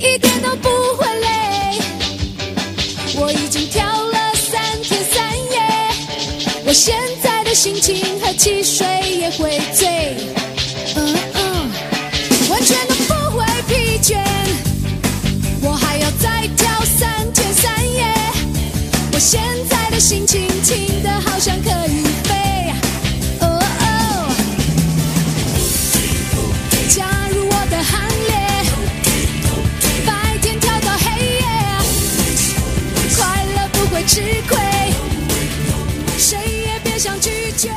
一点都不会累。我已经跳了三天三夜，我现在的心情和汽水也会醉。嗯嗯，完全都不会疲倦，我还要再跳三天三夜。我现在的心情轻的好像可以飞。哦哦，加入我的行列。白天跳到黑夜，啊快乐不会吃亏，谁也别想拒绝。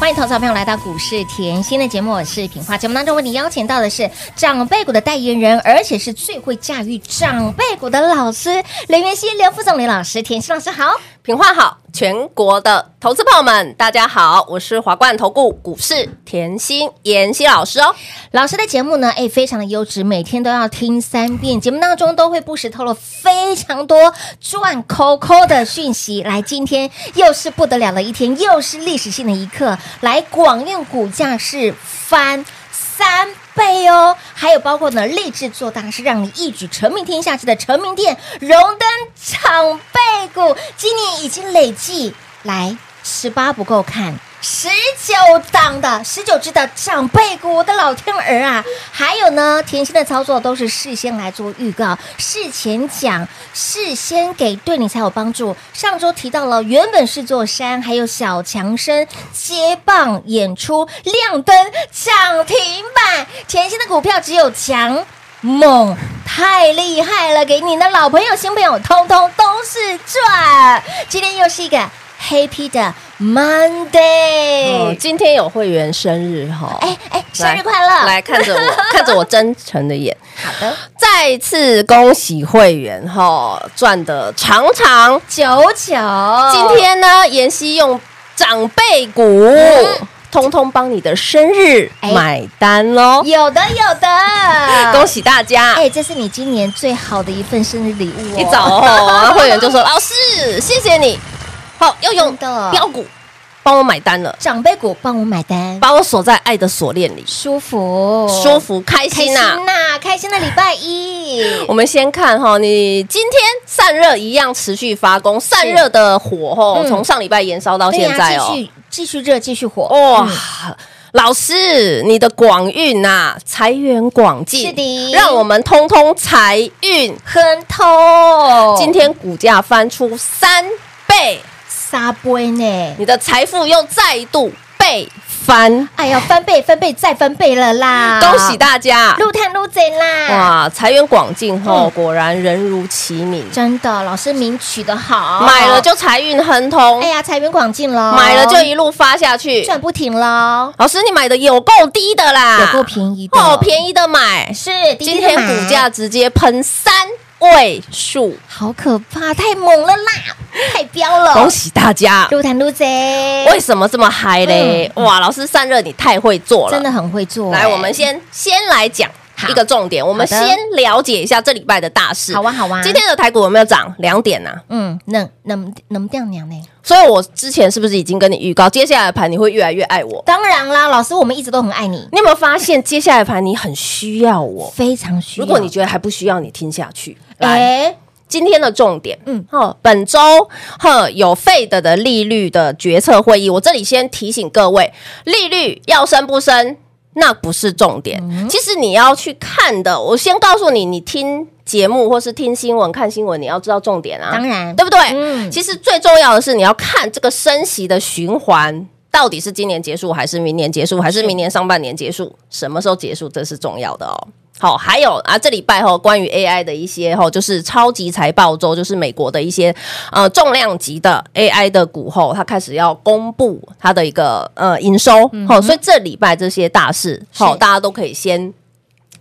欢迎投资者朋友来到股市甜心的节目，我是品花。节目当中为你邀请到的是长辈股的代言人，而且是最会驾驭长辈股的老师刘元熙、刘副总、刘老师。甜心老师好，品话好，全国的投资朋友们，大家好，我是华冠投顾股市甜心妍希老师哦。老师的节目呢，哎，非常的优质，每天都要听三遍。节目当中都会不时透露非常多赚抠抠的讯息。来，今天又是不得了的一天，又是历史性的一刻。来，广运股价是翻三。倍哦，还有包括呢，立志做大事，让你一举成名天下之的成名店，荣登长辈股，今年已经累计来十八不够看，十九档的十九只的长辈股，我的老天儿啊！还有呢，甜心的操作都是事先来做预告，事前讲，事先给，对你才有帮助。上周提到了，原本是座山，还有小强生接棒演出，亮灯涨停板，甜心的股票只有强。猛，太厉害了！给你的老朋友、新朋友，通通都是赚。今天又是一个 happy 的 Monday，哦，今天有会员生日哈、哎哎，生来日快乐！来看着我，看着我真诚的眼， 好的，再次恭喜会员哈、赚的长长。九九，今天呢，妍希用长辈股，通通帮你的生日嗯哎买单喽，有的有的，恭！喜大家！哎，这是你今年最好的一份生日礼物、哦，一早哦，然后会员就说：“老师，谢谢你，好要用真的标股帮我买单了，长辈股帮我买单，把我锁在爱的锁链里，舒服，舒，服开哦开心心呐、呐、开心的礼拜一，我们先看哈，你今天散热一样持续发功，散热的火吼嗯从上礼拜延烧到对呀现在哦继，续嗯继续热，继续火，哇！老师，你的广运呐、财源广进，是的让我们通通财运。很透，今天股价翻出三倍，撒杯呢，你的财富又再度被翻，哎呀，翻倍翻倍再翻倍了啦，恭喜大家！撸探撸贼啦！哇，哇，财源广进后啊嗯，果然人如其名，真的，老师名取得好，买了就财运亨通哎，呀，财源广进喽，买了就一路发下去。赚不停喽，老师，你买的有够低的啦，有够便宜的，哦，便宜的买，是滴滴今的天买股价直接喷三位数，好可怕，太猛了 啦，太飙了，恭喜大家！撸探撸贼，为什么这么嗨嘞？哇，老师散热你太会做嗯了真，的很会做，来，哎我们先先来讲好一个重点，我们好的先了解一下这礼拜的大事。好啊好啊，今天的台股有没有涨两点呐、啊？嗯，能能能掉娘呢？所以我之前是不是已经跟你预告，接下来的盘你会越来越爱我？当然啦，老师，我们一直都很爱你，你有没有发现，接下来的盘你很需要我？非常需要。如果你觉得还不需要，你听下去。来，哎，今天的重点，嗯嗯，哦，本周呵有 Fed 的利率的决策会议，我这里先提醒各位，利率要升不升，那不是重点。嗯其实你要去看的，我先告诉你，你听节目或是听新闻、看新闻，你要知道重点啊，当然对不对？嗯其实最重要的是你要看这个升息的循环。到底是今年结束，还是明年结束，还是明年上半年结束？什么时候结束？这是重要的哦。好，还有啊，这礼拜哈、关于 AI 的一些哈、就是超级财报周，就是美国的一些呃重量级的 AI 的股后，它开始要公布它的一个呃营收，好、所以这礼拜这些大事，好、嗯是大家都可以先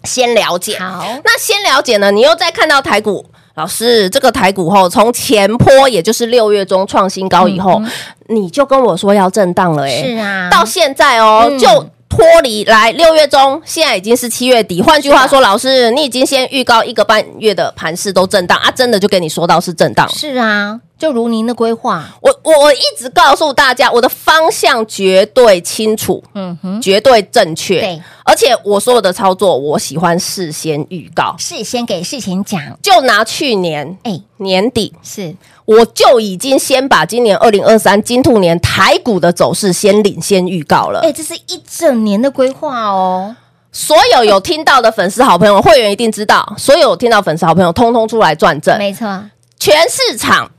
先了解。好，那先了解呢，你又再看到台股。老师，这个台股后从前坡，也就是六月中创新高以后，你就跟我说要震荡了、欸，嗯是啊到现在哦，嗯就脱离来六月中，现在已经是七月底。换句话说，老师，你已经先预告一个半月的盘势都震荡啊，真的就跟你说到是震荡。是啊，就如您的规划，我我我一直告诉大家，我的方向绝对清楚，嗯哼，绝对正确对，而且我所有的操作，我喜欢事先预告。事先给事前讲，就拿去年哎，年底，是我就已经先把今年二零二三金兔年台股的走势先领先预告了。哎，这是一整年的规划哦，所有有听到的粉丝好朋友，会员一定知道，所有有听到粉丝好朋友，通通出来转正。没错，全市场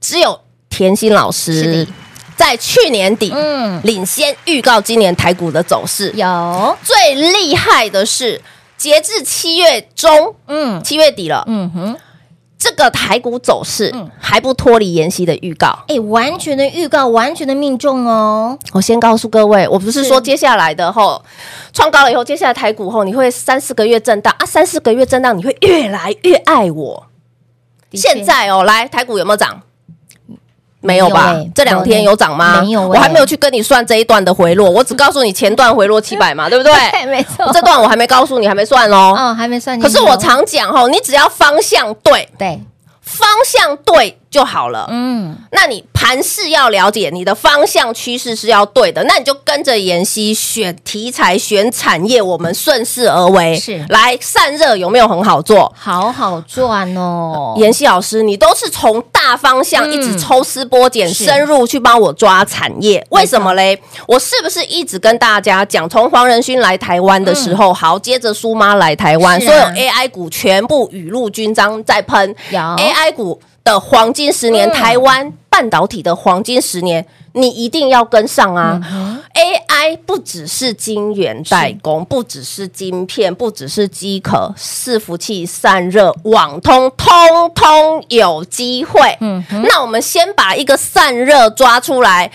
只有甜心老是师的在去年底嗯，领先预告今年台股的走势。有，最厉害的是，截至七月中，嗯七月底了，嗯哼。这个台股走势嗯还不脱离妍希的预告。哎，完全的预告，完全的命中哦，我先告诉各位，我不是是说接下来的后创高了以后，接下来台股后你会三四个月震荡啊，三四个月震荡，你会越来越爱我。的确现在哦，来台股有没有涨？没有吧？没有欸这两天有涨吗？没有欸我还没有去跟你算这一段的回落，我只告诉你前 段回落七百嘛，对不对？ 没错这段我还没告诉你，还没算哦。哦，还没算进可去是哦，我常讲吼，你只要方向对，对，方向对就好了。嗯，那你盘势要了解，你的方向趋势是要对的，那你就跟着妍希选题材、选产业，我们顺势而为。是来散热有没有很好做？好好赚哦，妍希老师，你都是从大方向嗯一直抽丝剥茧、是深入去帮我抓产业，错为什么嘞？我是不是一直跟大家讲，从黄仁勋来台湾的时候，好，接着苏妈来台湾，嗯是所有啊 AI 股全部雨露均沾在喷有 AI 股的黄金十年，嗯台湾半导体的黄金十年。你一定要跟上啊、a 嗯 i 不只是晶圆代工，不只是晶片，不只是机壳、伺服器、散热、网通，通通有机会。嗯，那我们先把一个散热抓出来。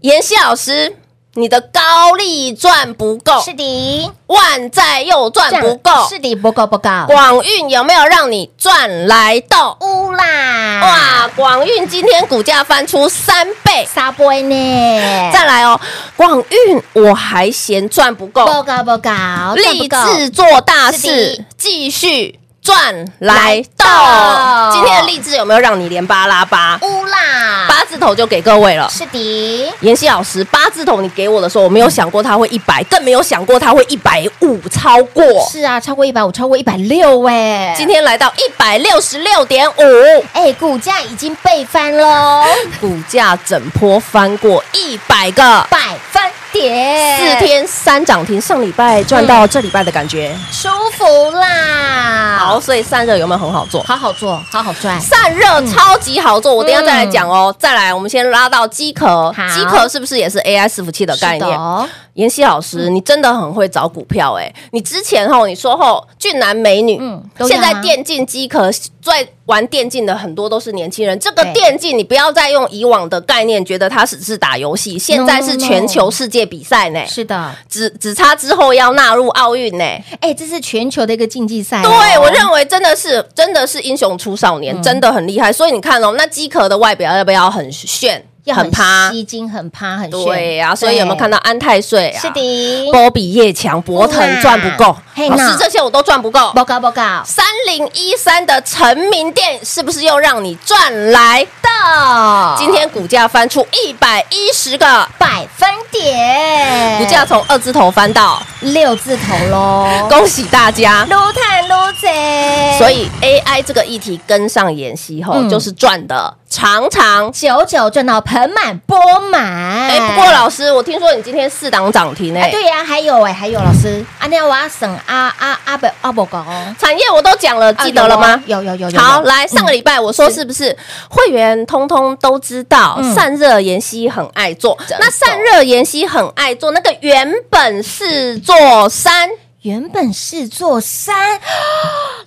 妍希老师，你的高利赚不够，是的，万债又赚哎不够，是的，不够不够，广运有没有让你赚来豆？乌啦，哇，广运今天股价翻出三倍。撒杯呢，再来哦，广运我还嫌赚不不够，够不够，立够哦志做大是事的，继续赚来来到。豆今天的励志有没有让你连八拉八？乌啦，八字头就给各位了。是的，妍希老师，八字头你给我的时候，我没有想过它会一百，更没有想过它会一百五超过。是啊，超过一百五，超过一百六，哎，今。天来到一百六十六点五，哎，股价已经倍翻 喽，股价整波翻过一百个，百分点，四天三涨停，上礼拜赚到这礼拜的感觉。舒服啦，好，，所以散热有没有很好做？好好做，好好赚，散热超级好做，我等一下再来讲哦。再来，我们先拉到机壳，好机壳是不是也是 AI 伺服器的概是的念？哦妍希老师，嗯你真的很会找股票哎、你之前吼，你说吼俊男美女，嗯都要现啊在电竞机壳在玩电竞的很多都是年轻人。这个对电竞你不要再用以往的概念，觉得它只是打游戏，现在 no, 是 no 全球世界比赛呢、是的，只只差之后要纳入奥运呢。嗯哎、这是全球的一个竞技赛哦、对，我认为真的是真的是英雄出嗯少年，真的很厉害。所以你看哦，那机壳的外表要不要很炫、要很趴？吸睛，很趴，很炫对呀、所以有没有看到？到安泰税啊？是的，波比叶强、博腾哇赚不够，啊嘿老师那这些我都赚不够。报告报告三零一三的成名店是不是又让你赚来？到今天股价翻出一百一十个，百分点，股价从二字头翻到，六字头喽，恭喜大家！撸碳撸贼，所以 AI 这个议题跟上妍希后，嗯就是赚的常常。九九赚到盆满钵满。哎，不过老师，我听说你今天四档涨停哎、哎，对呀、还有哎、还有老师，啊，那我要省啊啊啊不啊不高，产业我都讲了，记得了吗？哦有啊有有有。好，有来上个礼拜我说嗯是是不是会员通通都知道嗯散热妍希很爱做真，的那散热妍希很爱做那个原本是做三原本是做三，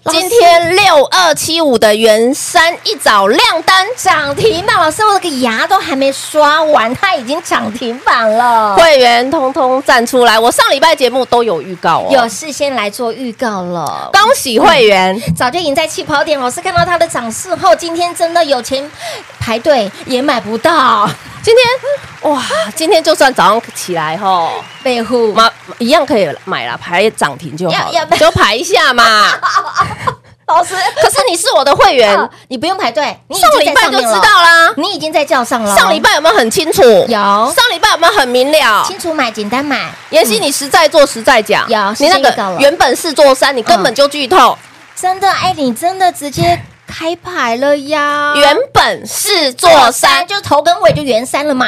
老师今天六二七五的元山一早亮灯涨停板，老师我的个牙都还没刷完，它已经涨停板了。会员通通站出来！我上礼拜节目都有预告哦，有嗯事先来做预告了，恭喜会员，早就赢在起跑点。老师看到它的涨势后，今天真的有钱排队也买不到，今天哇，今天就算早上起来吼，被护嘛一样可以买啦，排涨停就好要了要，就排一 下嘛。老师，可是你是我的会员，呃你不用排队，你已上经礼在拜上就面知了，道啦。你已经在叫上了。上礼拜有没有很清楚？有上礼拜有没有很明了？清楚买，简单买，妍希，你实在做实在讲，有你那时间到个了原本是做三，你根本就剧透。真的哎，你真的直接开牌了呀！原本是做做三三，就是头跟尾就圆三了嘛。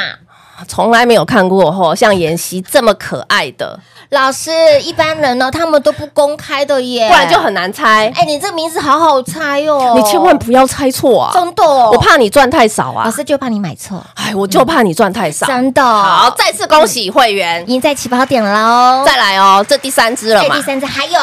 从来没有看过吼，像妍希这么可爱的，老师，一般人呢，他们都不公开的耶，不然就很难猜。哎，你这名字好好猜哦，你千万不要猜错啊！真的哦，我怕你赚太少老啊！师就怕你买错，哎，我就怕你赚太少。真的。好，再次恭喜会员已，经在起跑点喽，再来哦，这第三支了哎嗯嘛第？三只还有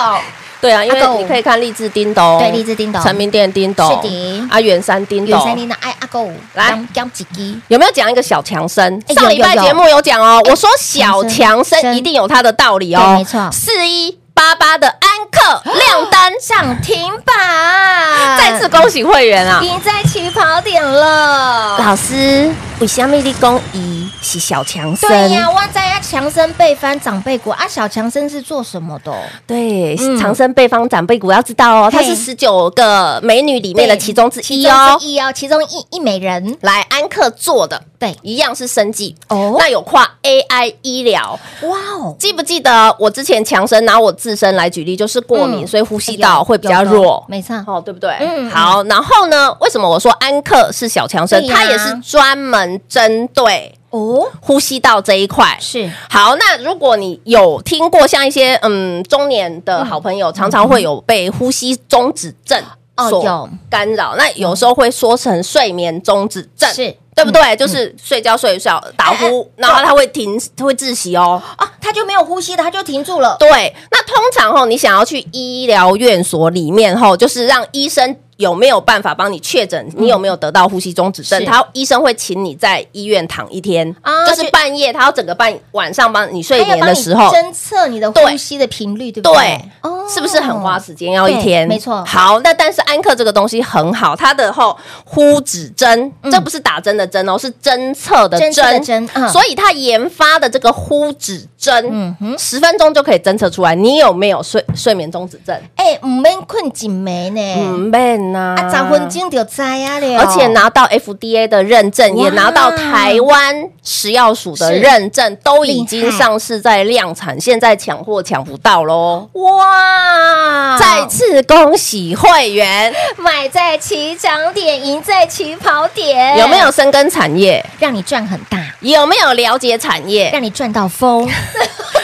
对啊，因阿为狗你可以看励志叮咚，对励志叮咚成名店叮咚，是的啊，远山叮远山咚。林的哎阿狗来讲几滴，有没有讲一个小强生？哎有上礼拜有有节目有讲哦，我说小强强生生一定有它的道理哦对，没错四一八八的安克哦亮灯，涨停板，再次恭喜会员啊！赢在起跑点了。老师，为什么你讲伊是小强生？对呀，万在呀，强生被翻长辈股啊，小强生是做什么的？对，嗯长生被方长辈股要知道哦，嘿她是十九个美女里面的其中之其一中哦之。一哦，其中一一美人，来，安克做的对，一样是生计哦那有跨 AI 医疗。哇哦，记不记得我之前强生拿我自身来举例，就是过敏，嗯所以呼吸道会比较有有弱的，没错，哦，对不对？嗯好，然后呢，为什么我说安克是小强生？对呀它也是专门针对哦，呼吸道这一块，是好，那如果你有听过像一些嗯中年的好朋友，常常会有被呼吸中止症哦所有干扰，那有时候会说成睡眠中止症，是对不对？就是睡觉睡一睡打呼，然后他会停，他会窒息哦。啊，他就没有呼吸的，他就停住了，对，那通常吼，你想要去医疗院所里面吼，就是让医生有没有办法帮你确诊你有没有得到呼吸中止症，是他医生会请你在医院躺一天，啊就是去半夜，他要整个半晚上帮你睡他要眠帮的你啊时候。侦测你的对呼吸的频率，对不对对？哦是不是很花时间？要一天，对没错好，那但是安克这个东西很好，它的后呼指针，这不是打针的针哦，是侦测嗯的侦测的针。针啊？所以它研发的这个呼指针嗯，哼，十分钟就可以侦测出来你有没有睡睡眠中止症。哎，唔免困紧没嗯，呢，免呐，哎啊，十分。钟就知啊了，而且拿到 FDA 的认证，哇也拿到台湾食药署的认证，都已经厉害上市在量产，现在抢货抢不到喽！哇，再次恭喜会员，买在起涨点，赢在起跑点，有没有深耕产业？让你赚很大，有没有了解产业？让你赚到 疯？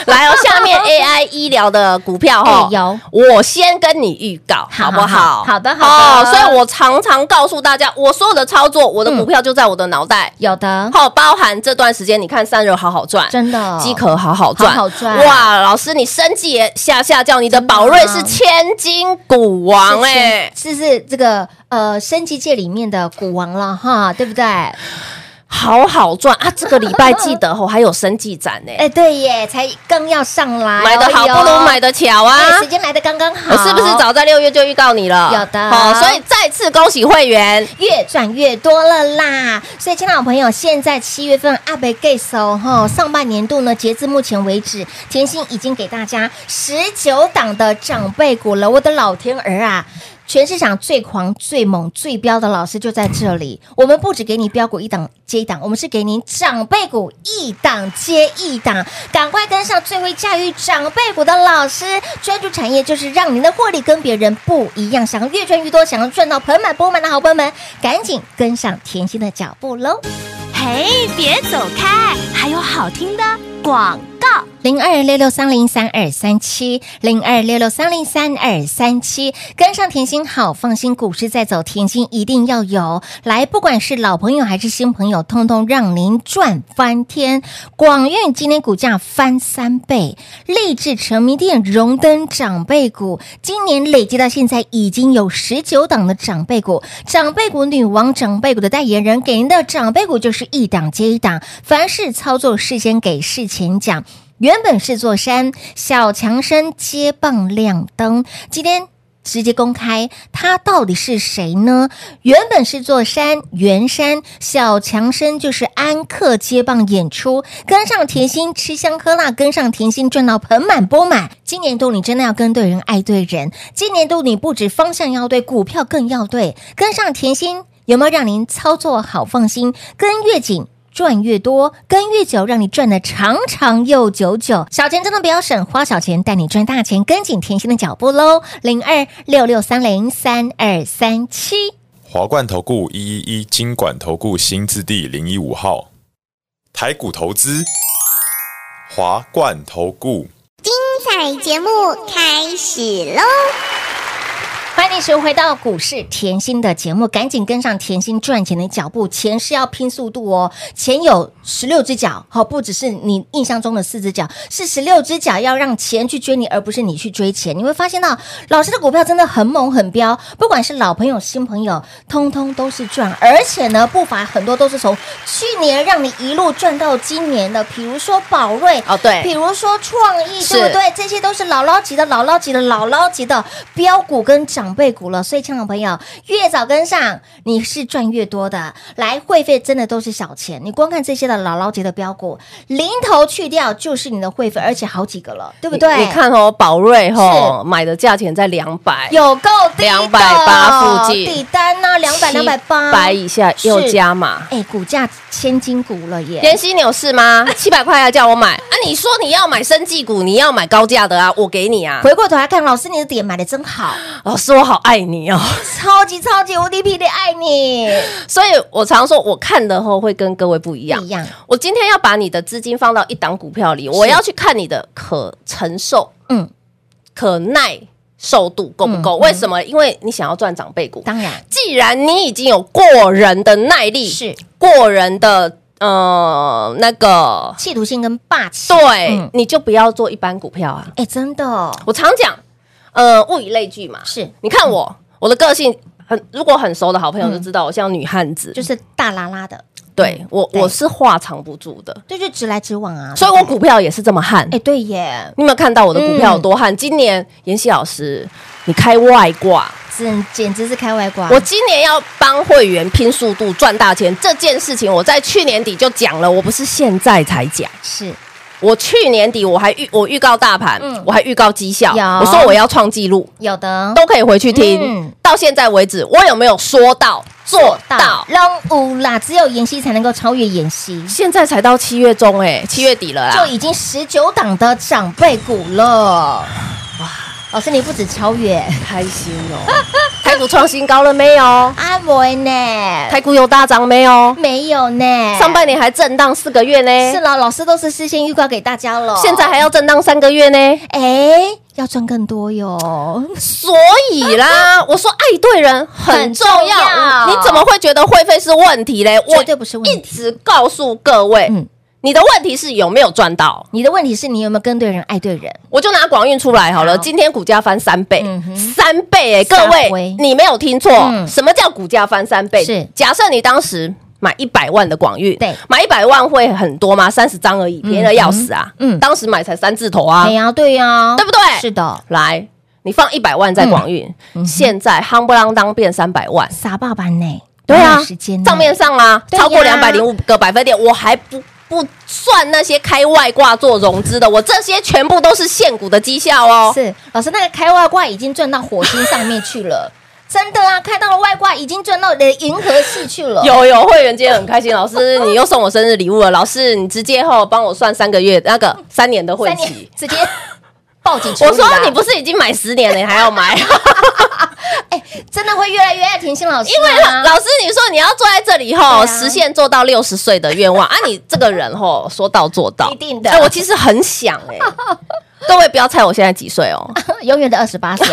来哦，下面 AI 医疗的股票哎哦，有我先跟你预告，好好不好？好好的哦好的所以我常常告诉大家，我所有的操作，我的股票就在我的脑袋。有的，好，包含这段时间，你看散热好好赚，嗯真的饥渴好好赚，好好赚哇！老师，你生计也下下叫你的宝瑞是千金股王是哎、是是这个呃升级界里面的股王了哈，对不对？哎、好好赚啊！这个礼拜记得哦，还有生计展呢、 哎对耶，才刚要上来，买的好哎呦不如买的巧啊！哎时间来的刚刚好，我是不是早在六月就预告你了？有的好，所以再次恭喜会员。越赚越多了啦。所以，亲爱的朋友，现在七月份阿北给手哈，上半年度呢，截至目前为止，甜心已经给大家十九档的长辈股了。我的老天儿啊！全市场最狂、最猛、最标的老师就在这里。我们不只给你标股一档接一档，我们是给您长辈股一档接一档。赶快跟上最会驾驭长辈股的老师，专注产业就是让您的获利跟别人不一样。想要越赚越多，想要赚到盆满钵满的好朋友们，赶紧跟上甜心的脚步喽！嘿，别走开，还有好听的广告。告。零二六六三零三二三七，零二六六三零三二三七，跟上甜心好，放心，股市在走，甜心一定要有。来，不管是老朋友还是新朋友，通通让您赚翻天。广运今天股价翻三倍，励志成名店荣登长辈股，今年累计到现在已经有十九档的长辈股，长辈股女王，长辈股的代言人，给您的长辈股就是一档接一档，凡是操作事先给，事前讲。原本是座山，小强生接棒亮灯，今天。直接公开，他到底是谁呢？原本是座山，圆山小强生就是安克接棒演出，跟上甜心吃香喝辣，跟上甜心赚到盆满钵满。今年度你真的要跟对人，爱对人。今年度你不止方向要对，股票更要对，跟上甜心有没有让您操作好放心？跟越紧。赚越多，跟越久，让你赚的长长又久久。小钱真的不要省，花小钱带你赚大钱，跟紧甜心的脚步喽。零二六六三零三二三七，华冠投顾一一一金管投顾新字第零一五号，台股投资，华冠投顾。彩节目开始喽！欢迎你收回到股市甜心的节目，赶紧跟上甜心赚钱的脚步。钱是要拼速度哦，钱有十六只脚，好，不只是你印象中的四只脚，是十六只脚要让钱去追你，而不是你去追钱。你会发现到老师的股票真的很猛很彪，不管是老朋友新朋友，通通都是赚，而且呢，不乏很多都是从去年让你一路赚到今年的，比如说宝瑞哦对比如说创意，是对不对？这些都是姥姥级的、姥姥级的、姥姥级的标股跟长辈股了。所以，亲爱的朋友，越早跟上，你是赚越多的。来，会费真的都是小钱，你光看这些的姥姥级的标股，零头去掉就是你的会费，而且好几个了，对不对？你看哦，宝瑞哦，买的价钱在两百，有够低的啊280附近底单呐、啊，两百两百八，百以下是又加码。哎，股价千金股了耶！妍希，你有事 吗？七百块要叫我买啊？你说你要买生技股，你要买高价的啊，我给你啊。回过头来看，老师你的点买的真好，老师，我好爱你哦。 超级超级无敌霹雳爱你，所以我常说，我看的后会跟各位不一不样一。样。我今天要把你的资金放到一档股票里，我要去看你的可承受、嗯，可耐受度够不够？嗯为什么？因为你想要赚长辈股。当然既然你已经有过人的耐力，是过人的呃那个，企图性跟霸气。对，嗯你就不要做一般股票啊。哎，真的哦我常讲，呃，物以类聚嘛。是你看我，我的个性很，如果很熟的好朋友嗯就知道，我像女汉子，就是大拉拉的，对我对我是话藏不住的，对，就直来直往啊。所以对我不对股票也是这么悍。哎，嗯对耶，你有没有看到我的股票有多悍？今年妍希老师，你开外挂，真简直是开外挂。我今年要帮会员拼速度赚大钱这件事情，我在去年底就讲了，我不是现在才讲。是我去年底我还预我预告大盘，嗯我还预告绩效，有我说我要创纪录，有的都可以回去听。嗯到现在为止，我有没有说到做到？龙五啦，只有妍希才能够超越妍希，现在才到七月中、哎，七月底了 就啦。已经十九档的长辈股了。哇，老师你不止超 越开心哦！台股创新高了 没有？阿维呢，台股有大涨没有？没有呢，上半年还震荡四个月哎是呢，了，老师都是事先预告给大家了，现在还要震荡三个月呢。哎要赚更多哟。所以啦，我说爱对人很重要，很重要你怎么会觉得会费是问题嘞？我绝对不是问题一直告诉各位，嗯你的问题是有没有赚到。你的问题是你有没有跟对人爱对人？我就拿广运出来好了，好今天股价翻三倍，嗯哼三倍哎、各吓位回，你没有听错，嗯什么叫股价翻三倍？是假设你当时。买一百万的广运，对买一百万会很多吗？三十张而已，便宜的要死啊！嗯嗯，当时买才三字头啊哎，呀，对呀，对不对？是的，来，你放一百嗯万在广运，现在夯不啷当变三百万，傻爸爸呢？对哪啊有时间，呢账面上啊，对呀超过两百零五个百分点，我还不。不算那些开外挂做融资的，我这些全部都是现股的绩效哦。是老师那个开外挂已经转到火星上面去 了，真的啊，开到了外挂已经转到你的银河系去了。有有会员今天很开心，老师你 又送我生日礼物了。老师，你直接后帮我算三个月那个三年的会三年期。直接报警处理 我啦。 说你不是已经买十年了，你还要买？哎，真的会越来越爱甜心老师啊，因为老老师，你说你要坐在这里吼，对啊实现做到六十岁的愿望啊，你这个人吼，说到做到，一定的哎，我其实很想哎，各位不要猜我现在几岁哦，永远的二十八 岁，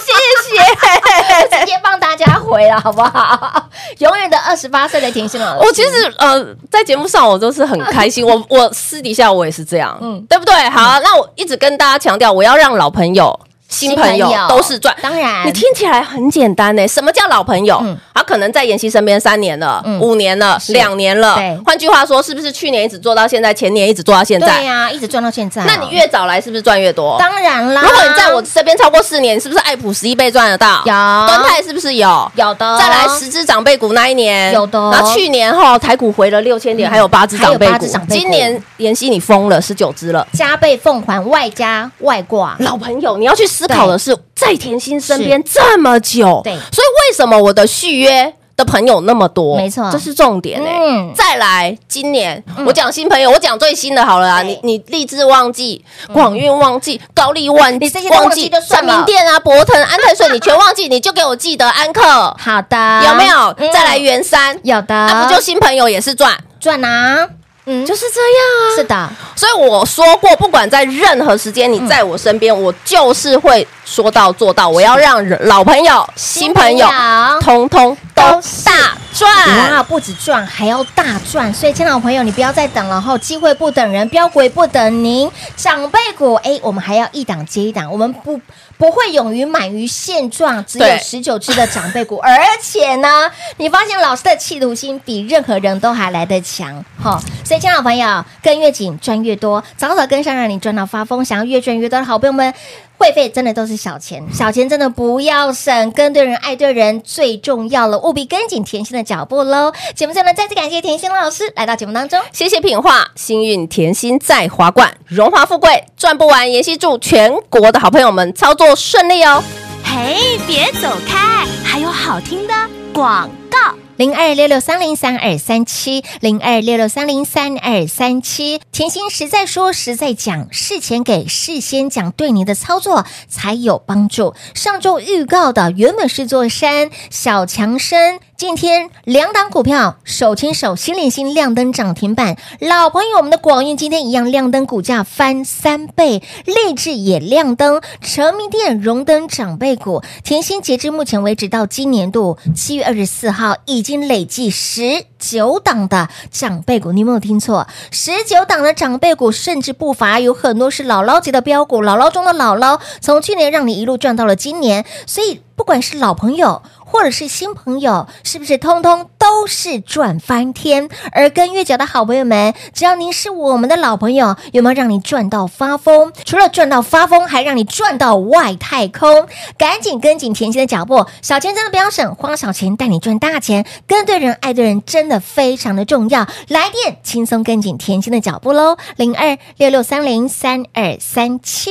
谢谢。 直接帮大家回了，好不好？永远的二十八岁的甜心老师，我其实呃，在节目上我都是很开心， 我我私底下我也是这样，嗯嗯，对不对？好，那我一直跟大家强调，我要让老朋友、新朋友都是赚。当然你听起来很简单呢、什么叫老朋友？嗯他可能在妍希身边三年了、嗯五年了、是两年了对。换句话说，是不是去年一直做到现在，前年一直做到现对在？呀、一直赚到现在哦、那你越早来，是不是赚越多？当然啦，如果你在我这边超过四年，你是不是爱普十一倍赚得到？有端泰是不是有？有的哦再来十只长辈股那一年有的哦嗯然后去年哈台股回了六千点，还有八只长辈还有八股只长。辈股今年妍希你疯了，十九只了。加倍奉还，外加外挂，老朋友，你要去思考的是，在甜心身边这么久，对所以为什么我的续约的朋友那么多？没错这是重点哎、嗯再来，今年我讲新朋友，我讲最新的好了啊。你你励志忘记，广运忘记，高丽忘嗯你记这些都忘记就算三了明店啊，博腾、安泰顺，你全忘记，你就给我记得安克， 好的，有没有？嗯再来元山，有的，那啊不就新朋友也是赚，赚啊？嗯，就是这样啊。是的，所以我说过，不管在任何时间，你在我身边，我就是会说到做到。我要让人老朋友、新朋新友朋友，通通都都是大赚。哇，不止赚，还要大赚。所以，亲爱的朋友，你不要再等了，后机会不等人，标鬼不等您。长辈股，哎，我们还要一档接一档，我们不不会勇于满于现状，只有对十九只的长辈股，而且呢，你发现老师的企图心比任何人都还来得强，哈、所以，亲爱的朋友，跟越紧赚越多，早早跟上，让你赚到发疯。想要越赚越多的好朋友们。会费真的都是小钱，小钱真的不要省，跟对人、爱对人最重要了，务必跟紧甜心的脚步喽。节目最后呢，再次感谢甜心老师来到节目当中。谢谢品画，幸运甜心在华冠，荣华富贵赚不完。妍希祝全国的好朋友们操作顺利哦。嘿，别走开，还有好听的广告。零二六六三零三二三七，零二六六三零三二三七。甜心实在说，实在讲，事前给，事先讲，对你的操作才有帮助。上周预告的原本是座山小强生，今天两档股票手牵手，心连心亮灯涨停板。老朋友，我们的广运今天一样亮灯，股价翻三倍，励志也亮灯，成名店荣登长辈股。甜心截至目前为止到今年度七月二十四号，已经累计十九档的长辈股，你有没有听错？十九档的长辈股，甚至不乏有很多是姥姥级的标股，姥姥中的姥姥，从去年让你一路赚到了今年，所以不管是老朋友。或者是新朋友，是不是通通都是赚翻天？而跟月角的好朋友们，只要您是我们的老朋友，有没有让你赚到发疯？除了赚到发疯，还让你赚到外太空！赶紧跟紧甜心的脚步，小钱真的不要省，花小钱带你赚大钱，跟对人，爱对人，真的非常的重要。来电轻松跟紧甜心的脚步喽，零二六六三零三二三七。